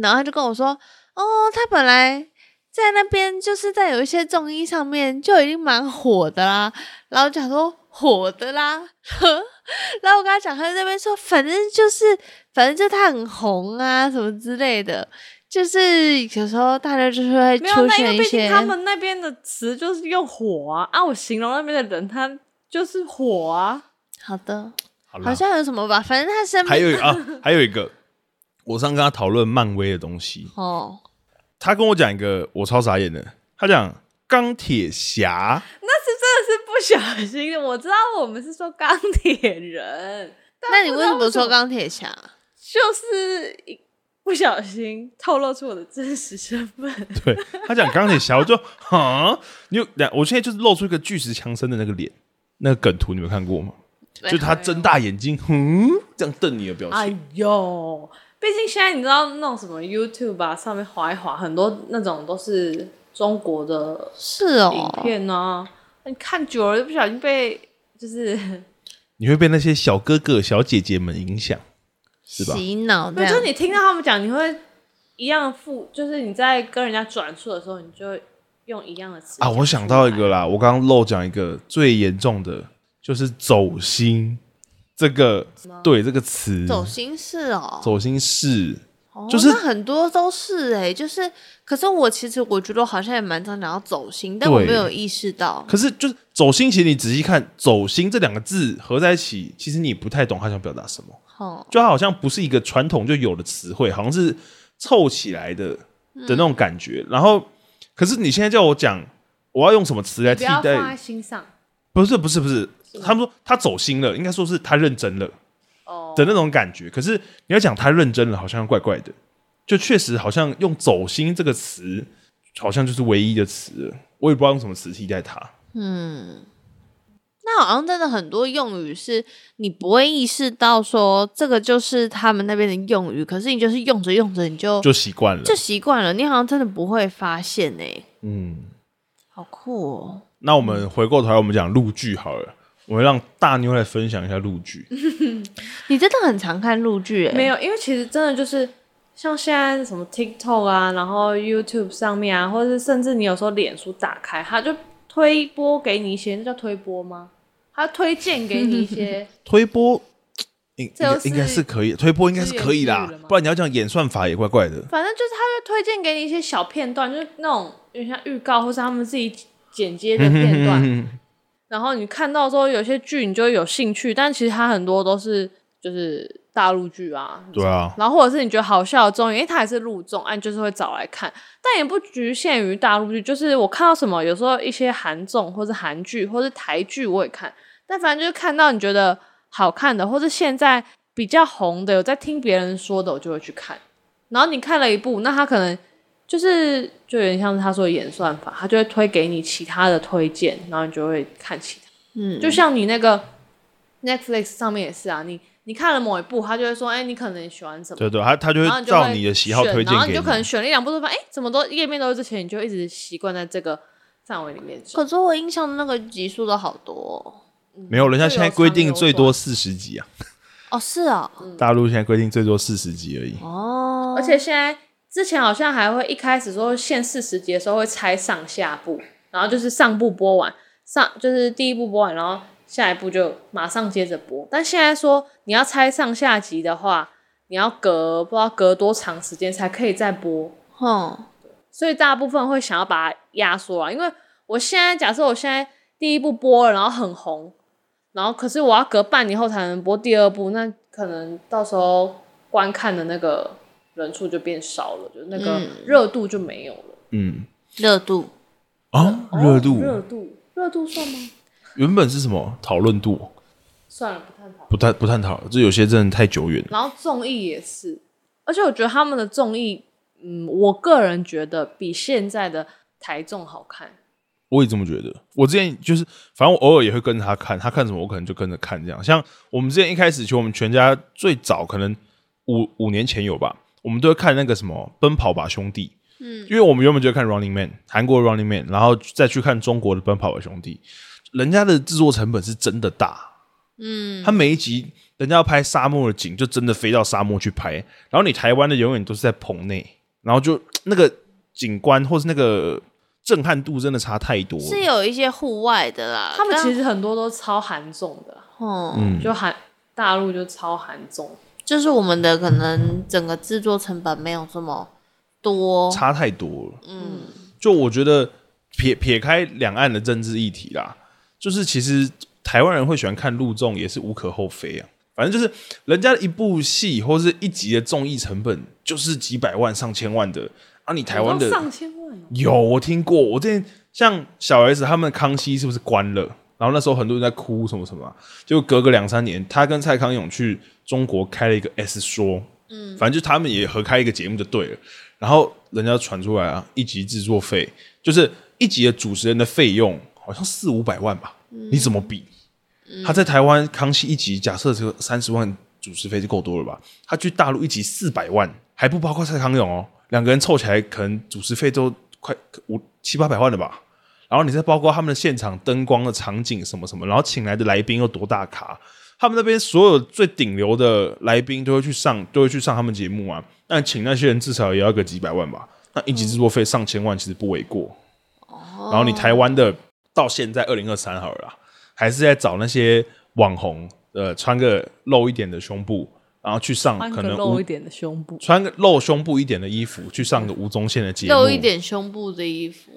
Speaker 1: 然后他就跟我说哦他本来在那边就是在有一些综艺上面就已经蛮火的啦，然后我讲说火的啦， 然后我跟他讲，他在那边说，反正就是反正就他很红啊，什么之类的，就是有时候大家就是会
Speaker 2: 没有
Speaker 1: 出
Speaker 2: 那因
Speaker 1: 现
Speaker 2: 为
Speaker 1: 一
Speaker 2: 毕竟
Speaker 1: 些，
Speaker 2: 他们那边的词就是用火啊，啊，我形容那边的人他就是火啊，
Speaker 1: 好的，
Speaker 3: 好啦
Speaker 1: 好像有什么吧，反正他身
Speaker 3: 还
Speaker 1: 边
Speaker 3: 有一个啊，还有一个，我上次跟他讨论漫威的东西，
Speaker 1: 哦，
Speaker 3: 他跟我讲一个我超傻眼的，他讲钢铁侠，
Speaker 2: 那是真的是不小心的，我知道我们是说钢铁人，
Speaker 1: 那你为什
Speaker 2: 不
Speaker 1: 么
Speaker 2: 知道
Speaker 1: 说钢铁侠？
Speaker 2: 就是一不小心透露出我的真实身 份。
Speaker 3: 对他讲钢铁侠，我就 哈，你有两，我现在就是露出一个巨石强森的那个脸，那个梗图你们有看过吗？就是他睁大眼睛， 嗯，这样瞪你的表情。
Speaker 2: 哎呦，毕竟现在你知道那种什么 YouTube 啊，上面划一划，很多那种都是中国的
Speaker 1: 是
Speaker 2: 影
Speaker 1: 哦，
Speaker 2: 片呢、你看久了就不小心被就是
Speaker 3: 你会被那些小哥哥、小姐姐们影响，是吧？
Speaker 1: 洗脑这
Speaker 2: 对，就是
Speaker 1: 样，
Speaker 2: 你听到他们讲，你会一样复，就是你在跟人家转述的时候，你就会用一样的词
Speaker 3: 啊，我想到一个啦，我刚刚漏讲一个最严重的，就是走心这个对这个词，
Speaker 1: 走心事哦，
Speaker 3: 走心是
Speaker 1: 哦
Speaker 3: 就是
Speaker 1: 那很多都是哎、就是，可是我其实我觉得我好像也蛮常讲到走心，但我
Speaker 3: 对
Speaker 1: 没有意识到。
Speaker 3: 可是就是走心，其实你仔细看“走心”这两个字合在一起，其实你不太懂他想表达什么，
Speaker 1: 哦，
Speaker 3: 就它好像不是一个传统就有的词汇，好像是凑起来的的那种感觉。然后，可是你现在叫我讲我要用什么词来
Speaker 2: 不
Speaker 3: 替
Speaker 2: 要放在
Speaker 3: 代？
Speaker 2: 心上
Speaker 3: 不是不是不是，他们说他走心了，应该说是他认真了
Speaker 2: 哦。
Speaker 3: 的那种感觉。可是你要讲他认真了，好像怪怪的，就确实好像用“走心”这个词，好像就是唯一的词了，我也不知道用什么词替代它。
Speaker 1: 嗯，那好像真的很多用语是你不会意识到说这个就是他们那边的用语，可是你就是用着用着你就
Speaker 3: 就习惯了，
Speaker 1: 就习惯了，你好像真的不会发现哎、
Speaker 3: 嗯，
Speaker 1: 好酷哦！
Speaker 3: 那我们回过头来，我们讲陆剧好了。我们让大妞来分享一下陆剧，
Speaker 1: 你真的很常看陆剧哎、
Speaker 2: 没有，因为其实真的就是像现在什么 TikTok 啊，然后 YouTube 上面啊，或者是甚至你有时候脸书打开，它就推播给你一些，那叫推播吗？它推荐给你一 些
Speaker 3: 推波应应
Speaker 2: 这又
Speaker 3: 该
Speaker 2: 是
Speaker 3: 应该是可以，推波应该是可以
Speaker 2: 资源
Speaker 3: 啦
Speaker 2: 剧了吗，
Speaker 3: 不然你要讲演算法也怪怪的。
Speaker 2: 反正就是他会推荐给你一些小片段，就是那种有点像预告，或是他们自己剪接的片段。然后你看到之后，有些剧你就会有兴趣，但其实它很多都是就是大陆剧啊。
Speaker 3: 对啊，
Speaker 2: 然后或者是你觉得好笑的综艺，因为它也是录综，啊，你就是会找来看，但也不局限于大陆剧。就是我看到什么，有时候一些韩综或是韩剧或是台剧我也看，但反正就是看到你觉得好看的，或是现在比较红的，有在听别人说的，我就会去看。然后你看了一部，那他可能就是就有点像是他说的演算法，他就会推给你其他的推荐，然后你就会看其他。
Speaker 1: 嗯，
Speaker 2: 就像你那个 Netflix 上面也是啊，你你看了某一部，他就会说，哎、你可能喜欢什么。
Speaker 3: 对对，他他就
Speaker 2: 然后
Speaker 3: 会
Speaker 2: 你就会
Speaker 3: 照你的喜好推
Speaker 2: 选然后
Speaker 3: 荐
Speaker 2: 你
Speaker 3: 给
Speaker 2: 就可能
Speaker 3: 你。
Speaker 2: 选了一两部，就发现哎，怎么都页面都是这些，你就一直习惯在这个范围里面走。
Speaker 1: 可是我印象的那个集数都好多哦，
Speaker 3: 没有，人家
Speaker 2: 就
Speaker 3: 现在
Speaker 2: 有
Speaker 3: 规
Speaker 2: 长
Speaker 3: 定
Speaker 2: 有
Speaker 3: 最多
Speaker 2: 短
Speaker 3: 四十集啊，
Speaker 1: 哦是哦，
Speaker 2: 嗯
Speaker 3: 大陆现在规定最多四十集而已。
Speaker 1: 哦，
Speaker 2: 而且现在之前好像还会一开始说限四十集的时候会拆上下部，然后就是上部播完，上就是第一部播完，然后下一部就马上接着播。但现在说你要拆上下集的话，你要隔不知道隔多长时间才可以再播，
Speaker 1: 哼。
Speaker 2: 所以大部分会想要把它压缩啊。因为我现在假设我现在第一部播了，然后很红，然后可是我要隔半年后才能播第二部，那可能到时候观看的那个人数就变少了，就那个
Speaker 1: 嗯
Speaker 2: 热度就没有了。
Speaker 3: 嗯，
Speaker 1: 热度
Speaker 3: 啊，热度
Speaker 2: 哦热度，热度算吗？
Speaker 3: 原本是什么讨论度？
Speaker 2: 算了，不探讨。
Speaker 3: 不探不探讨了，这有些真的太久远了。
Speaker 2: 然后综艺也是，而且我觉得他们的综艺，嗯，我个人觉得比现在的台综好看。
Speaker 3: 我也这么觉得。我之前就是，反正我偶尔也会跟着他看，他看什么我可能就跟着看这样。像我们之前一开始，其实我们全家最早可能五五年前有吧，我们都会看那个什么《奔跑吧兄弟》。嗯，因为我们原本就会看《Running Man》，韩国《Running Man》，然后再去看中国的《奔跑吧兄弟》，人家的制作成本是真的大。嗯，他每一集人家要拍沙漠的景，就真的飞到沙漠去拍，然后你台湾的永远都是在棚内，然后就那个景观或是那个震撼度真的差太多了。
Speaker 1: 是有一些户外的啦，
Speaker 2: 他们
Speaker 1: 但
Speaker 2: 其实很嗯多都超韩综的，啊
Speaker 1: 哦，
Speaker 3: 嗯
Speaker 2: 就韩大陆就超韩综。
Speaker 1: 就是我们的可能整个制作成本没有这么多，
Speaker 3: 差太多了。嗯，就我觉得撇撇开两岸的政治议题啦，就是其实台湾人会喜欢看陆综也是无可厚非啊。反正就是人家一部戏或是一集的综艺成本就是几百万、上千万的，啊，你台湾的
Speaker 2: 都上千万哦、
Speaker 3: 有我听过，我之前像小 S 他们康熙是不是关了？然后那时候很多人在哭什么什么啊，就隔个两三年，他跟蔡康永去中国开了一个 S 说，嗯，反正就他们也合开一个节目就对了。然后人家传出来啊，一集制作费就是一集的主持人的费用好像四五百万吧，你怎么比？他在台湾康熙一集假设这个三十万主持费就够多了吧？他去大陆一集四百万，还不包括蔡康永哦，两个人凑起来可能主持费都快五七八百万了吧？然后你再包括他们的现场灯光的场景什么什么，然后请来的来宾又多大咖，他们那边所有最顶流的来宾都会去上，都会去上他们节目啊。那请那些人至少也要个几百万吧？那一集制作费上千万其实不为过。
Speaker 1: 哦
Speaker 3: 然后你台湾的到现在二零二三好了啦，还是在找那些网红，呃，穿个露一点的胸部，然后去上
Speaker 2: 换
Speaker 3: 可
Speaker 2: 个
Speaker 3: 能
Speaker 2: 露
Speaker 3: 吴
Speaker 2: 一点的胸部，
Speaker 3: 穿个露胸部一点的衣服去上个吴宗宪的节目，
Speaker 1: 露一点胸部的衣服，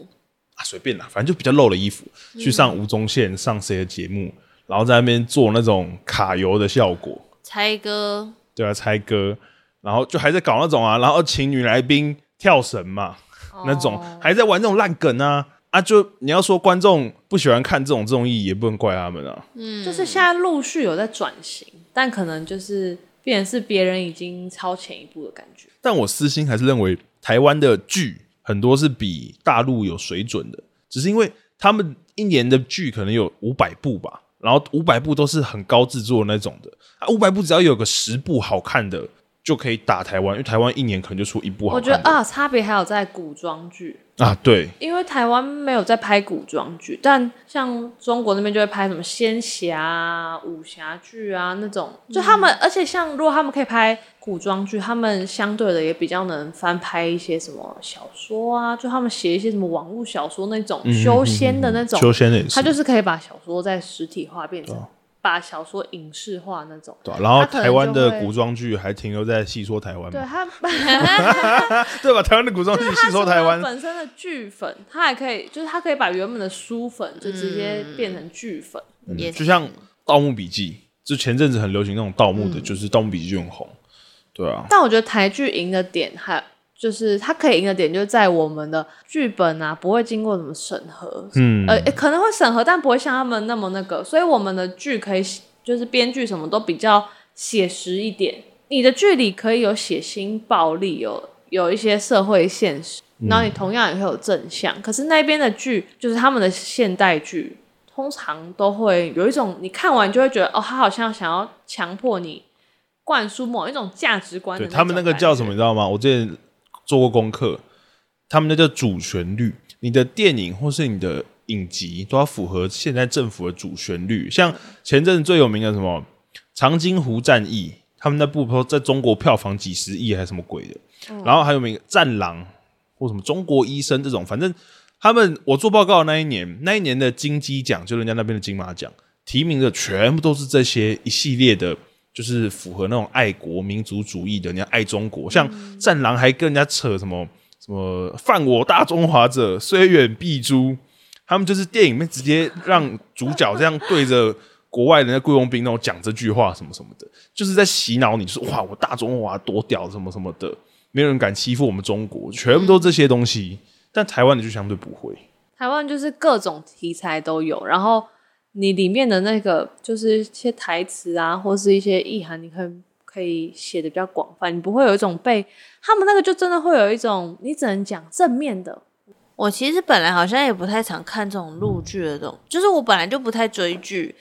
Speaker 3: 啊，随便啦，反正就比较露的衣服，去上吴宗宪、上谁的节目，然后在那边做那种卡油的效果，
Speaker 1: 猜歌
Speaker 3: 对啊，猜歌，然后就还在搞那种啊，然后请女来宾跳绳嘛，那种还在玩那种烂梗啊啊就！你要说观众不喜欢看这种综艺，也不能怪他们啊。
Speaker 2: 就是现在陆续有在转型，但可能就是变成是别人已经超前一步的感觉。
Speaker 3: 但我私心还是认为台湾的剧很多是比大陆有水准的，只是因为他们一年的剧可能有五百部吧，然后五百部都是很高制作的那种的，啊，五百部只要有个十部好看的就可以打台湾，因为台湾一年可能就出一部好
Speaker 2: 我
Speaker 3: 看
Speaker 2: 觉
Speaker 3: 的。
Speaker 2: 得啊，差别还有在古装剧，
Speaker 3: 啊，对，
Speaker 2: 因为台湾没有在拍古装剧，但像中国那边就会拍什么仙侠啊、武侠剧啊那种。就他们，而且像如果他们可以拍古装剧，他们相对的也比较能翻拍一些什么小说啊，就他们写一些什么网络小说那种修仙的那种，
Speaker 3: 修仙的也是，
Speaker 2: 他就是可以把小说再实体化，变
Speaker 3: 哦
Speaker 2: 成把小说影视化那种。
Speaker 3: 对啊、然后
Speaker 2: 他可能
Speaker 3: 台湾的
Speaker 2: 就会
Speaker 3: 古装剧还停留在戏说台湾
Speaker 2: 对
Speaker 3: 嘛，
Speaker 2: 他。
Speaker 3: 对吧？台湾的古装剧戏说台湾，
Speaker 2: 本身的剧粉，他还可以，就是他可以把原本的书粉就直接
Speaker 3: 嗯
Speaker 2: 变成剧粉。
Speaker 1: 也
Speaker 3: 就像《盗墓笔记》，就前阵子很流行那种盗墓的，就是《盗墓笔记》就很红，对啊，
Speaker 2: 但我觉得台剧赢的点还就是它可以赢的点，就在我们的剧本啊，不会经过什么审核，
Speaker 3: 嗯
Speaker 2: 呃，可能会审核，但不会像他们那么那个，所以我们的剧可以写就是编剧什么都比较写实一点。你的剧里可以有血腥暴力，有有一些社会现实，
Speaker 3: 嗯
Speaker 2: 然后你同样也会有正向。可是那边的剧，就是他们的现代剧，通常都会有一种你看完就会觉得，哦，他好像想要强迫你灌输某一种价值观的
Speaker 3: 对
Speaker 2: 种
Speaker 3: 他们那个叫什么，
Speaker 2: 感
Speaker 3: 你知道吗？我之前做过功课，他们那叫主旋律。你的电影或是你的影集都要符合现在政府的主旋律。像前阵子最有名的什么长津湖战役，他们那部说在中国票房几十亿还是什么鬼的，
Speaker 2: 嗯
Speaker 3: 然后还有名《战狼》或什么《中国医生》这种，反正他们我做报告的那一年，那一年的金鸡奖就人家那边的金马奖提名的全部都是这些一系列的，就是符合那种爱国民族主义的，人家爱中国，像《战狼》还跟人家扯什么什么“犯我大中华者，虽远必诛”，他们就是电影里面直接让主角这样对着国外人在雇佣兵那种讲这句话什么什么的，就是在洗脑你，说哇，我大中华多屌什么什么的，没有人敢欺负我们中国，全部都这些东西。但台湾的就相对不会，
Speaker 4: 台湾就是各种题材都有，然后你里面的那个就是一些台词啊，或是一些意涵，你可以可以写的比较广泛，你不会有一种被他们那个就真的会有一种你只能讲正面的，
Speaker 1: 我其实本来好像也不太常看这种陆剧的东，就是我本来就不太追剧，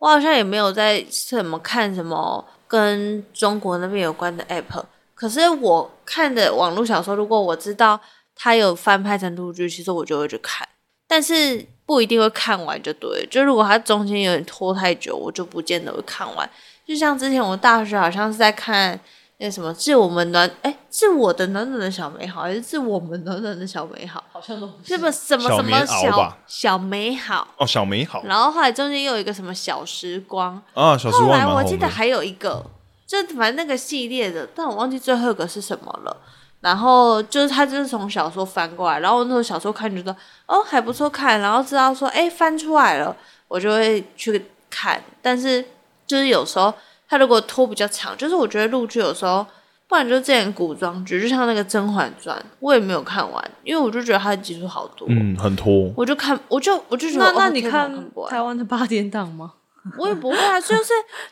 Speaker 1: 我好像也没有在什么看什么跟中国那边有关的 app。可是我看的网络小说，如果我知道它有翻拍成陆剧，其实我就会去看，但是不一定会看完就对了。就如果它中间有点拖太久，我就不见得会看完。就像之前我大学好像是在看那什么《致我们暖》，哎，《致我的暖暖的小美好》还是《致我们暖暖的小美好》？
Speaker 4: 好像都
Speaker 1: 这么什么什
Speaker 3: 小
Speaker 1: 么
Speaker 3: 棉袄
Speaker 1: 小
Speaker 3: 吧
Speaker 1: 小美好，
Speaker 3: 哦，小美好
Speaker 1: 然后后来中间又有一个什么小时光，
Speaker 3: 啊，小时
Speaker 1: 后
Speaker 3: 光
Speaker 1: 来
Speaker 3: 蛮
Speaker 1: 我
Speaker 3: 红
Speaker 1: 记得
Speaker 3: 的。
Speaker 1: 还有一个，就反正那个系列的，但我忘记最后一个是什么了。然后就是他就是从小说翻过来，然后我那时候小说看觉得哦还不错看，然后知道说哎翻出来了，我就会去看。但是就是有时候他如果拖比较长，就是我觉得陆剧有时候。不然就之前古装剧，就像那个《甄嬛传》，我也没有看完，因为我就觉得它的集数好多。
Speaker 3: 嗯，很拖。
Speaker 1: 我就看，我就我就觉得，
Speaker 4: 那
Speaker 1: 哦
Speaker 4: 那你
Speaker 1: 天哪我
Speaker 4: 看
Speaker 1: 不完
Speaker 4: 台湾的八点档吗？
Speaker 1: 我也不会啊，就是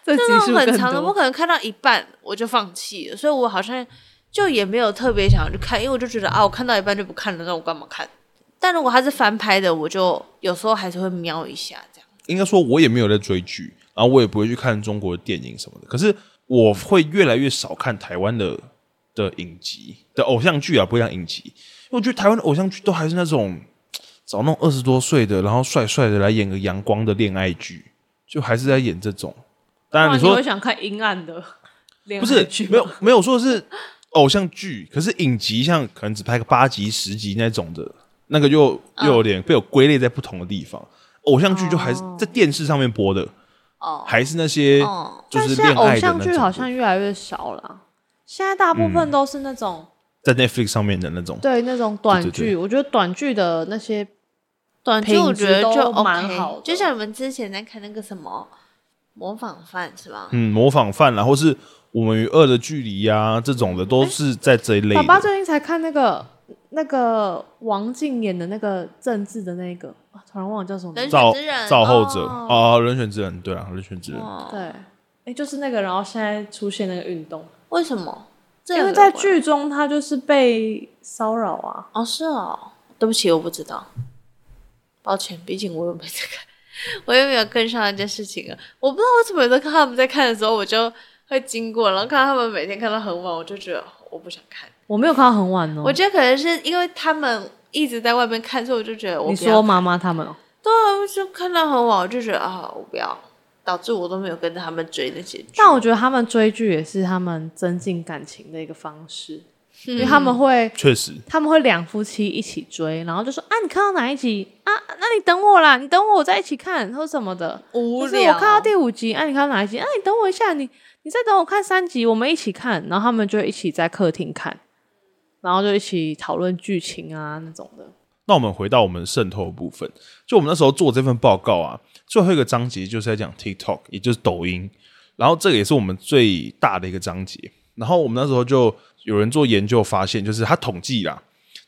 Speaker 2: 这集
Speaker 1: 这
Speaker 2: 数
Speaker 1: 种很
Speaker 2: 更
Speaker 1: 长的，
Speaker 2: 多
Speaker 1: 我可能看到一半我就放弃了，所以我好像就也没有特别想要去看，因为我就觉得啊，我看到一半就不看了，那我干嘛看？但如果它是翻拍的，我就有时候还是会瞄一下这样。
Speaker 3: 应该说，我也没有在追剧，然后我也不会去看中国的电影什么的。可是我会越来越少看台湾的的影集的偶像剧啊，不像影集，因为我觉得台湾的偶像剧都还是那种找那种二十多岁的，然后帅帅的来演个阳光的恋爱剧，就还是在演这种。当然，
Speaker 4: 不
Speaker 3: 你
Speaker 4: 然你
Speaker 3: 说
Speaker 4: 会想看阴暗 的恋
Speaker 3: 不
Speaker 4: 爱
Speaker 3: 是
Speaker 4: 剧吗？
Speaker 3: 没有 没有说是偶像剧，可是影集像可能只拍个八集十集那种的，那个又
Speaker 1: 嗯
Speaker 3: 又有点被我归类在不同的地方。偶像剧就还是在电视上面播的，
Speaker 1: 哦，
Speaker 3: 还是那些
Speaker 1: 哦
Speaker 3: 就
Speaker 4: 但
Speaker 3: 是
Speaker 4: 现在
Speaker 3: 恋
Speaker 4: 偶
Speaker 3: 爱的
Speaker 4: 像
Speaker 3: 那
Speaker 4: 剧
Speaker 3: 种
Speaker 4: 好
Speaker 3: 的
Speaker 4: 像越来越少了，现在大部分都是那种、
Speaker 1: 嗯
Speaker 3: 在 Netflix 上面的那种。
Speaker 2: 对那种短
Speaker 3: 对对
Speaker 2: 剧，我觉得短剧的那些
Speaker 1: 短剧我
Speaker 4: 品质
Speaker 1: 觉得就
Speaker 4: 都
Speaker 1: OK，
Speaker 4: 蛮好的
Speaker 1: 就像你们之前在看那个什么模仿犯是吧？
Speaker 3: 嗯，模仿犯啦，或是我们与恶的距离呀、这种的，都是在这一类
Speaker 2: 爸爸
Speaker 3: 的。
Speaker 2: 最近才看那个那个王静演的那个政治的那个，啊突然忘了叫什么名
Speaker 1: 人
Speaker 2: 字。
Speaker 3: 造
Speaker 1: 选之人
Speaker 3: 造后者
Speaker 1: 哦
Speaker 3: 哦，人选之人，对啊，人选之人，
Speaker 1: 哦，
Speaker 2: 对，
Speaker 4: 哎，就是那个，然后现在出现那个运动，
Speaker 1: 为什么？这
Speaker 4: 因
Speaker 1: 有
Speaker 4: 为在
Speaker 1: 有关
Speaker 4: 剧中他就是被骚扰啊，
Speaker 1: 哦，是哦，对不起，我不知道，抱歉，毕竟我又没在看，我又没有跟上这件事情了。我不知道为什么有时候看他们在看的时候，我就会经过，然后看到他们每天看到很晚，我就觉得我不想看。
Speaker 4: 我没有看到很晚哦。
Speaker 1: 我觉得可能是因为他们一直在外面看，所以我就觉得我
Speaker 4: 你
Speaker 1: 不要
Speaker 4: 说妈妈他们哦，
Speaker 1: 对啊，就看到很晚，我就觉得啊，我不要，导致我都没有跟着他们追那些剧。
Speaker 2: 但我觉得他们追剧也是他们增进感情的一个方式，因为他们会
Speaker 3: 确实，
Speaker 2: 他们会两夫妻一起追，然后就说啊，你看到哪一集啊？那你等我啦，你等我，我再一起看，或什么的。
Speaker 1: 无
Speaker 2: 就是我看到第五集，啊，你看到哪一集？啊，你等我一下，你你再等我看三集，我们一起看。然后他们就一起在客厅看，然后就一起讨论剧情啊那种的。
Speaker 3: 那我们回到我们渗透的部分，就我们那时候做这份报告啊，最后一个章节就是在讲 TikTok，也就是抖音，然后这个也是我们最大的一个章节。然后我们那时候就有人做研究发现，就是他统计啦，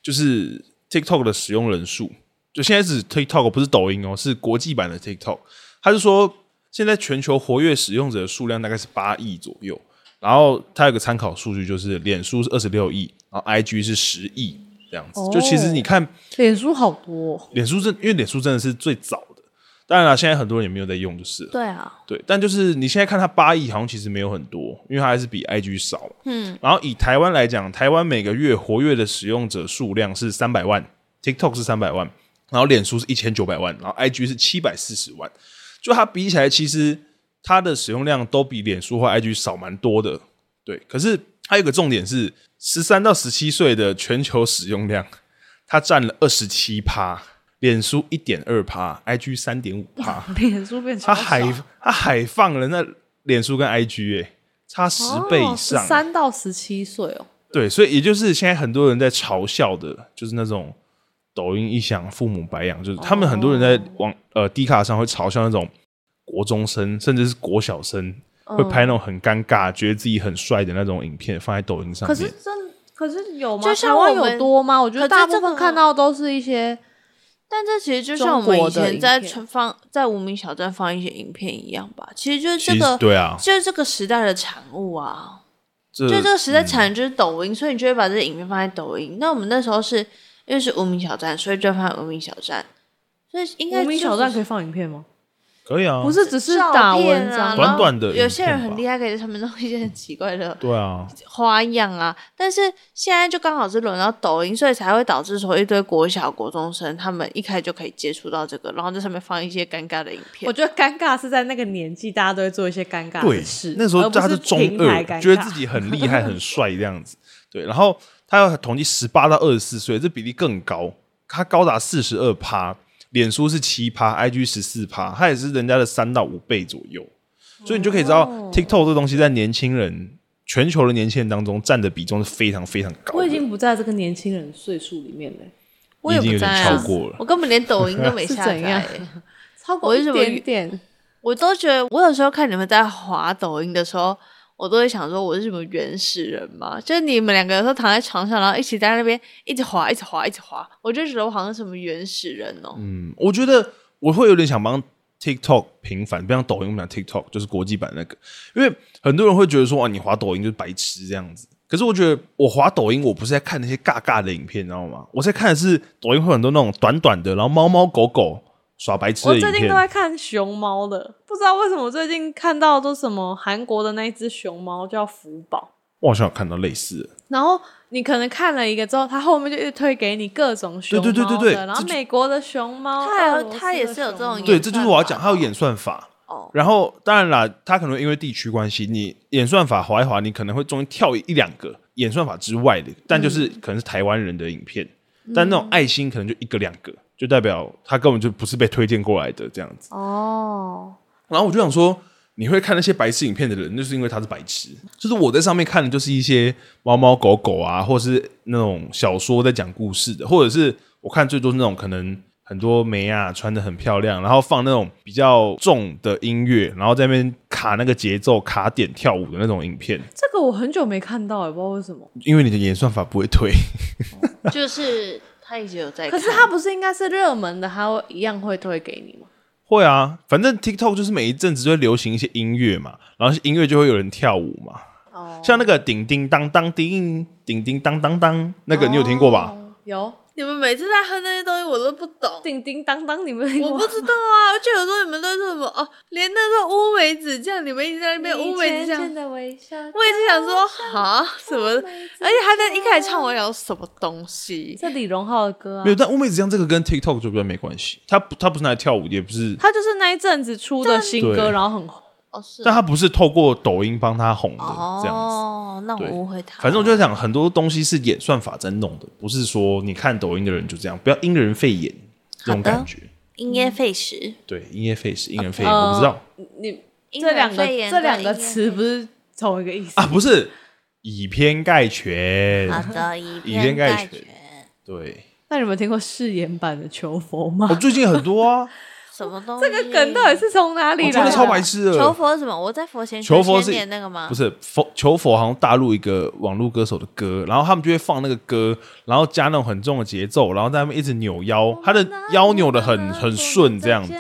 Speaker 3: 就是 TikTok 的使用人数，就现在是 TikTok 不是抖音哦，是国际版的 TikTok。他是说，现在全球活跃使用者的数量大概是八亿左右，然后他有个参考数据就是脸书是二十六亿，然后 IG 是十亿这样子。就其实你看。
Speaker 2: 脸书好多、哦
Speaker 3: 脸书真，因为脸书真的是最早的，当然了，现在很多人也没有在用，就是了
Speaker 1: 对啊，
Speaker 3: 对。但就是你现在看它八亿，好像其实没有很多，因为它还是比 IG 少嘛。
Speaker 1: 嗯，
Speaker 3: 然后以台湾来讲，台湾每个月活跃的使用者数量是三百万，TikTok 是三百万，然后脸书是一千九百万，然后 IG 是七百四十万。就它比起来，其实它的使用量都比脸书或 IG 少蛮多的。对，可是还有一个重点是，十三到十七岁的全球使用量，它占了二十七趴，脸书一点二趴，IG 三点五趴。
Speaker 4: 脸书变
Speaker 3: 它海它海放了那脸书跟 IG 哎、差十倍
Speaker 2: 哦
Speaker 3: 以上，
Speaker 4: 三到哦十七岁哦，
Speaker 3: 对，所以也就是现在很多人在嘲笑的，就是那种
Speaker 1: 哦
Speaker 3: 抖音一响，父母白养，就是他们很多人在网、呃低卡上会嘲笑那种国中生甚至是国小生
Speaker 1: 嗯
Speaker 3: 会拍那种很尴尬、觉得自己很帅的那种影片，放在抖音上
Speaker 4: 可
Speaker 3: 面。
Speaker 4: 是真可是有吗？
Speaker 1: 就像
Speaker 4: 台湾
Speaker 1: 我们
Speaker 4: 有多吗？我觉
Speaker 1: 可
Speaker 4: 得
Speaker 1: 是
Speaker 4: 大部
Speaker 1: 这个
Speaker 4: 分看到都是一些
Speaker 1: 但这其实就像我们
Speaker 4: 中
Speaker 1: 以
Speaker 4: 国的
Speaker 1: 前
Speaker 4: 影
Speaker 1: 在
Speaker 4: 片
Speaker 1: 放在无名小站放一些影片一样吧，其实就是
Speaker 3: 其
Speaker 1: 这
Speaker 3: 实
Speaker 1: 个，
Speaker 3: 对啊，
Speaker 1: 就是这个时代的产物啊。
Speaker 3: 这
Speaker 1: 就这个
Speaker 3: 嗯
Speaker 1: 时代产的就是抖音，所以你就会把这些影片放在抖音。那我们那时候是因为是无名小站，所以就放在无名小站，所以应该
Speaker 2: 无名小站可以
Speaker 1: 以
Speaker 2: 放影片吗？
Speaker 3: 可以啊，
Speaker 2: 不是，只是
Speaker 1: 照
Speaker 2: 打
Speaker 1: 片
Speaker 2: 文
Speaker 1: 啊
Speaker 2: 章，
Speaker 3: 短短的影片吧
Speaker 1: 有些人很厉害，可以在上面弄一些很奇怪的
Speaker 3: 对啊，
Speaker 1: 花样啊。但是现在就刚好是轮到抖音，所以才会导致说一堆国小国中生他们一开始就可以接触到这个，然后在上面放一些尴尬的影片。
Speaker 2: 我觉得尴尬是在那个年纪，大家都会做一些尴尬
Speaker 3: 对
Speaker 2: 的事，。
Speaker 3: 那时候
Speaker 2: 而不
Speaker 3: 大家
Speaker 2: 是
Speaker 3: 中
Speaker 2: 平
Speaker 3: 二
Speaker 2: 台尴，尬，
Speaker 3: 觉得自己很厉害、很帅这样子。对，然后他要统计十八到二十四岁，这比例更高，他高达四十二趴，脸书是七趴，IG 十四趴，他也是人家的三到五倍左右。所以你就可以知道、TikTok
Speaker 2: 哦
Speaker 3: 这东西在年轻人、全球的年轻人当中占的比重是非常非常高的。
Speaker 2: 我已经不在这个年轻人的岁数里面了，
Speaker 1: 我也
Speaker 3: 已经
Speaker 1: 不
Speaker 3: 有
Speaker 1: 在
Speaker 3: 点
Speaker 1: 啊，
Speaker 3: 超过了
Speaker 1: 我根本连抖音都没
Speaker 2: 是
Speaker 1: 下载、
Speaker 2: 怎样
Speaker 1: 欸
Speaker 2: 超
Speaker 1: 我
Speaker 2: 过
Speaker 1: 是
Speaker 2: 一
Speaker 1: 什么
Speaker 2: 点点。
Speaker 1: 我都觉得，我有时候看你们在滑抖音的时候，我都会想说，我是什么原始人嘛？就是你们两个有时候躺在床上，然后一起在那边一直滑，一直滑，一直滑，我就觉得我好像什么原始人哦、
Speaker 3: 嗯，我觉得我会有点想帮 TikTok 平反，不像抖音，我们讲 TikTok 就是国际版那个，因为很多人会觉得说，啊，你滑抖音就是白痴这样子。可是我觉得我滑抖音，我不是在看那些尬尬的影片，你知道吗？我在看的是抖音会有很多那种短短的，然后猫猫狗狗耍白痴
Speaker 2: 我
Speaker 3: 的
Speaker 2: 最
Speaker 3: 影
Speaker 2: 近都
Speaker 3: 片。
Speaker 2: 在看熊猫的，不知道为什么最近看到都什么韩国的那一只熊猫叫福宝，
Speaker 3: 我好像有看到类似的，
Speaker 2: 然后你可能看了一个之后，它后面就一直推给你各种熊猫
Speaker 3: 对
Speaker 2: 的，
Speaker 3: 对对对对
Speaker 2: 然
Speaker 3: 这
Speaker 2: 后
Speaker 3: 就
Speaker 2: 美国的熊猫，
Speaker 1: 它有
Speaker 2: 俄罗斯的
Speaker 1: 它也是有这种
Speaker 2: 熊猫
Speaker 3: 对，
Speaker 1: 演
Speaker 3: 这就是
Speaker 1: 算
Speaker 3: 我要
Speaker 1: 法
Speaker 3: 讲，还有
Speaker 1: 吗
Speaker 3: 演算法。
Speaker 1: 哦
Speaker 3: 然后当然啦，它可能因为地区关系，你演算法滑一滑，你可能会中间跳一两个演算法之外的，但就是可能是台湾人的影片，但
Speaker 1: 嗯
Speaker 3: 那种爱心可能就一个两个，就代表他根本就不是被推荐过来的这样子。
Speaker 4: 哦，
Speaker 3: 然后我就想说，你会看那些白痴影片的人，就是因为他是白痴。就是我在上面看的，就是一些猫猫狗狗啊，或是那种小说在讲故事的，或者是我看最多是那种可能很多梅啊穿的很漂亮，然后放那种比较重的音乐，然后在那边卡那个节奏、卡点跳舞的那种影片，
Speaker 2: 这个我很久没看到，也不知道为什么。
Speaker 3: 因为你的演算法不会推。
Speaker 1: 就是他一直有在看，
Speaker 2: 可是它不是应该是热门的，它会一样会推给你吗？
Speaker 3: 会啊，反正 TikTok 就是每一阵子就会流行一些音乐嘛，然后音乐就会有人跳舞嘛。哦，像那个叮叮当当叮，叮叮当当当，那个你有听过吧？
Speaker 1: 哦
Speaker 2: 有
Speaker 1: 你们每次在哼那些东西，我都不懂。
Speaker 2: 叮叮当当，你们有
Speaker 1: 我不知道啊，就有时候你们都说什么哦，连那个乌梅子酱，你们一直在那边乌梅子酱，
Speaker 4: 的微笑，
Speaker 1: 我也是想说啊什么，而且他在一开始唱，我想什么东西，
Speaker 2: 这李荣浩的歌啊
Speaker 3: 没有，，但乌梅子酱这个跟 TikTok 就比较没关系，它不，它不是拿来跳舞，也不是，
Speaker 2: 他就是那一阵子出的新
Speaker 3: 对
Speaker 2: 歌，然后很红。
Speaker 1: 哦是
Speaker 3: 但它不是透过抖音帮它红的这样子。
Speaker 1: 哦，那我
Speaker 3: 对
Speaker 1: 误会他了。
Speaker 3: 反正我就在想，很多东西是演算法在弄的，不是说你看抖音的人就这样，不要因人废言这
Speaker 1: 好
Speaker 3: 种
Speaker 1: 的
Speaker 3: 感觉。
Speaker 1: 因噎废食，
Speaker 3: 对，因噎废食，因人废言，
Speaker 2: 呃
Speaker 3: 我不知道
Speaker 2: 你
Speaker 1: 因
Speaker 2: 这
Speaker 1: 人
Speaker 2: 两个
Speaker 1: 肺炎
Speaker 2: 这
Speaker 1: 跟
Speaker 2: 两个
Speaker 1: 因噎
Speaker 2: 词不是同一个意思
Speaker 3: 啊，不是以偏概全。
Speaker 1: 好的，以
Speaker 3: 以偏概
Speaker 1: 全
Speaker 3: 全。对，
Speaker 2: 那你们听过誓言版的求佛 吗
Speaker 3: 我、？最近很多 啊，
Speaker 1: 什么东西？
Speaker 2: 这个梗到底是从哪里
Speaker 3: 我
Speaker 2: 来
Speaker 3: 真
Speaker 2: 的？
Speaker 3: 的超白痴的。
Speaker 1: 求佛是什么？我在佛前
Speaker 3: 求佛是
Speaker 1: 念那个吗？
Speaker 3: 不，是佛求佛，好像大陆一个网络歌手的歌，然后他们就会放那个歌，然后加那种很重的节奏，然后在那边一直扭腰，
Speaker 2: 哦
Speaker 3: 他的腰扭的很很顺这样子。。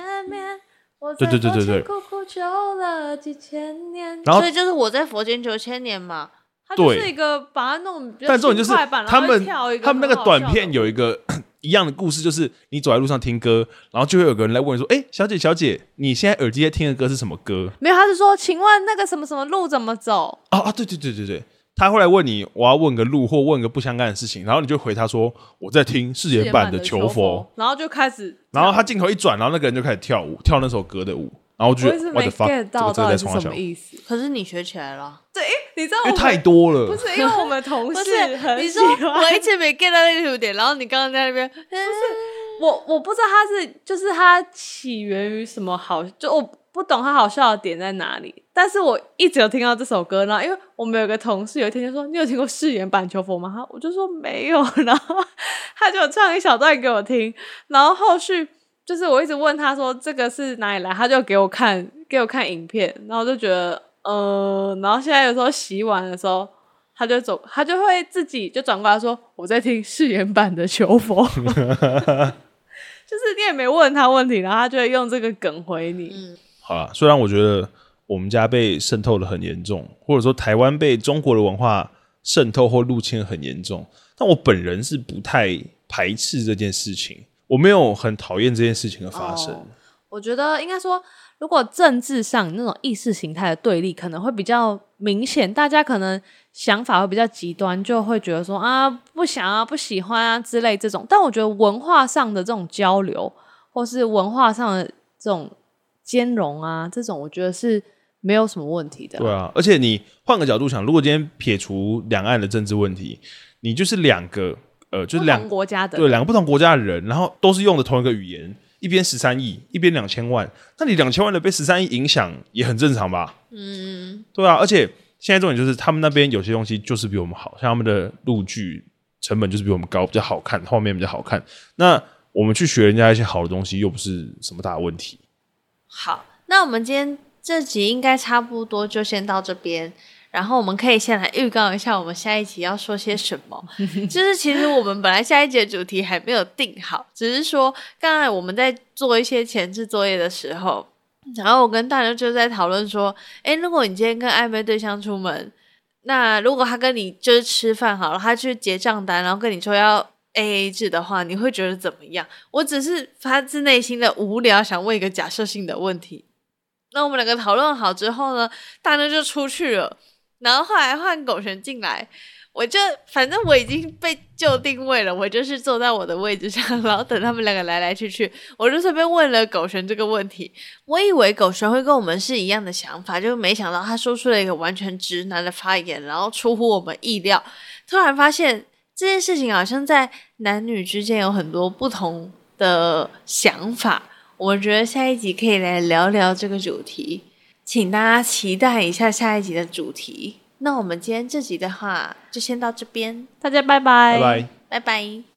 Speaker 3: 对对对对对
Speaker 4: 苦苦求了几千年，
Speaker 3: 然后
Speaker 1: 所，以就是我在佛前九千年嘛。
Speaker 2: 它就是
Speaker 3: 对
Speaker 2: 一个把它弄比较
Speaker 3: 但重点就是
Speaker 2: 轻快版然后
Speaker 3: 他们
Speaker 2: 跳一个
Speaker 3: 他们那个
Speaker 2: 很好笑的
Speaker 3: 短片有一个 一样的故事，就是你走在路上听歌，然后就会有个人来问你说：“哎，小姐小姐，你现在耳机在听的歌是什么歌
Speaker 2: 没有？他是说，请问那个什么什么路怎么走？”？
Speaker 3: 啊啊，对对对对对。他会来问你，我要问个路或问个不相干的事情，然后你就回他说我在听誓言版的《求佛》，
Speaker 2: 然后就开始，
Speaker 3: 然后他镜头一转，然后那个人就开始跳舞，跳那首歌的舞，然后我就
Speaker 2: 我
Speaker 3: 觉
Speaker 2: 一直
Speaker 3: 得
Speaker 2: 没
Speaker 3: what the
Speaker 2: get
Speaker 3: fuck，这
Speaker 2: 到
Speaker 3: 个真的
Speaker 2: 到
Speaker 3: 在
Speaker 2: 底是
Speaker 3: 冲
Speaker 2: 什
Speaker 3: 小，
Speaker 2: 么
Speaker 3: 因
Speaker 2: 意思。
Speaker 1: 可是你学起来了，
Speaker 2: 对，你知道我
Speaker 3: 为
Speaker 2: 们
Speaker 3: 太多
Speaker 2: 不
Speaker 3: 了。
Speaker 2: 是因为我们同
Speaker 1: 不
Speaker 2: 事
Speaker 1: 是？
Speaker 2: 很
Speaker 1: 你
Speaker 2: 喜
Speaker 1: 说我
Speaker 2: 欢
Speaker 1: 一直没 get 到那个有点，然后你刚刚在那边，嗯
Speaker 2: 我我不知道他是就是他起源于什么好，就我不懂他好笑的点在哪里。但是我一直有听到这首歌，然后因为我们有个同事有一天就说：“你有听过誓言版求佛吗？”他 我就说没有，然后他就唱一小段给我听，然后后续就是我一直问他说这个是哪里来，他就给我看给我看影片，然后我就觉得呃，然后现在有时候洗碗的时候，他就走，他就会自己就转过来说我在听誓言版的求佛， 就是你也没问他问题，然后他就会用这个梗回你。
Speaker 3: 好了，虽然我觉得我们家被渗透的很严重，或者说台湾被中国的文化渗透或入侵得很严重，但我本人是不太排斥这件事情，我没有很讨厌这件事情的发生。
Speaker 2: 哦我觉得应该说，如果政治上那种意识形态的对立可能会比较明显，大家可能想法会比较极端，就会觉得说啊不想啊不喜欢啊之类这种。但我觉得文化上的这种交流，或是文化上的这种兼容啊，这种我觉得是没有什么问题的。
Speaker 3: 对啊，而且你换个角度想，如果今天撇除两岸的政治问题，你就是两个呃，就是
Speaker 2: 不
Speaker 3: 两
Speaker 2: 同国家的
Speaker 3: 对两个不同国家的人，然后都是用的同一个语言，一边十三亿，一边两千万，那你两千万的被十三亿影响也很正常吧？
Speaker 1: 嗯，
Speaker 3: 对啊，而且现在重点就是他们那边有些东西就是比我们好，像他们的录剧成本就是比我们高，比较好看，画面比较好看。那我们去学人家一些好的东西，又不是什么大问题。
Speaker 1: 好，那我们今天这集应该差不多就先到这边。然后我们可以先来预告一下，我们下一集要说些什么。就是其实我们本来下一集的主题还没有定好，只是说刚才我们在做一些前置作业的时候，然后我跟大牛就在讨论说，诶，如果你今天跟暧昧对象出门，那如果他跟你就是吃饭好了，他去结账单，然后跟你说要 A A 制的话，你会觉得怎么样？我只是发自内心的无聊，想问一个假设性的问题。那我们两个讨论好之后呢，大牛就出去了，然后后来换狗神进来，我就反正我已经被就定位了，我就是坐在我的位置上，然后等他们两个来来去去，我就随便问了狗神这个问题。我以为狗神会跟我们是一样的想法，就没想到他说出了一个完全直男的发言，然后出乎我们意料。突然发现这件事情好像在男女之间有很多不同的想法。我觉得下一集可以来聊聊这个主题，请大家期待一下下一集的主题。那我们今天这集的话就先到这边，
Speaker 2: 大家拜拜，
Speaker 3: 拜拜。
Speaker 1: 拜拜。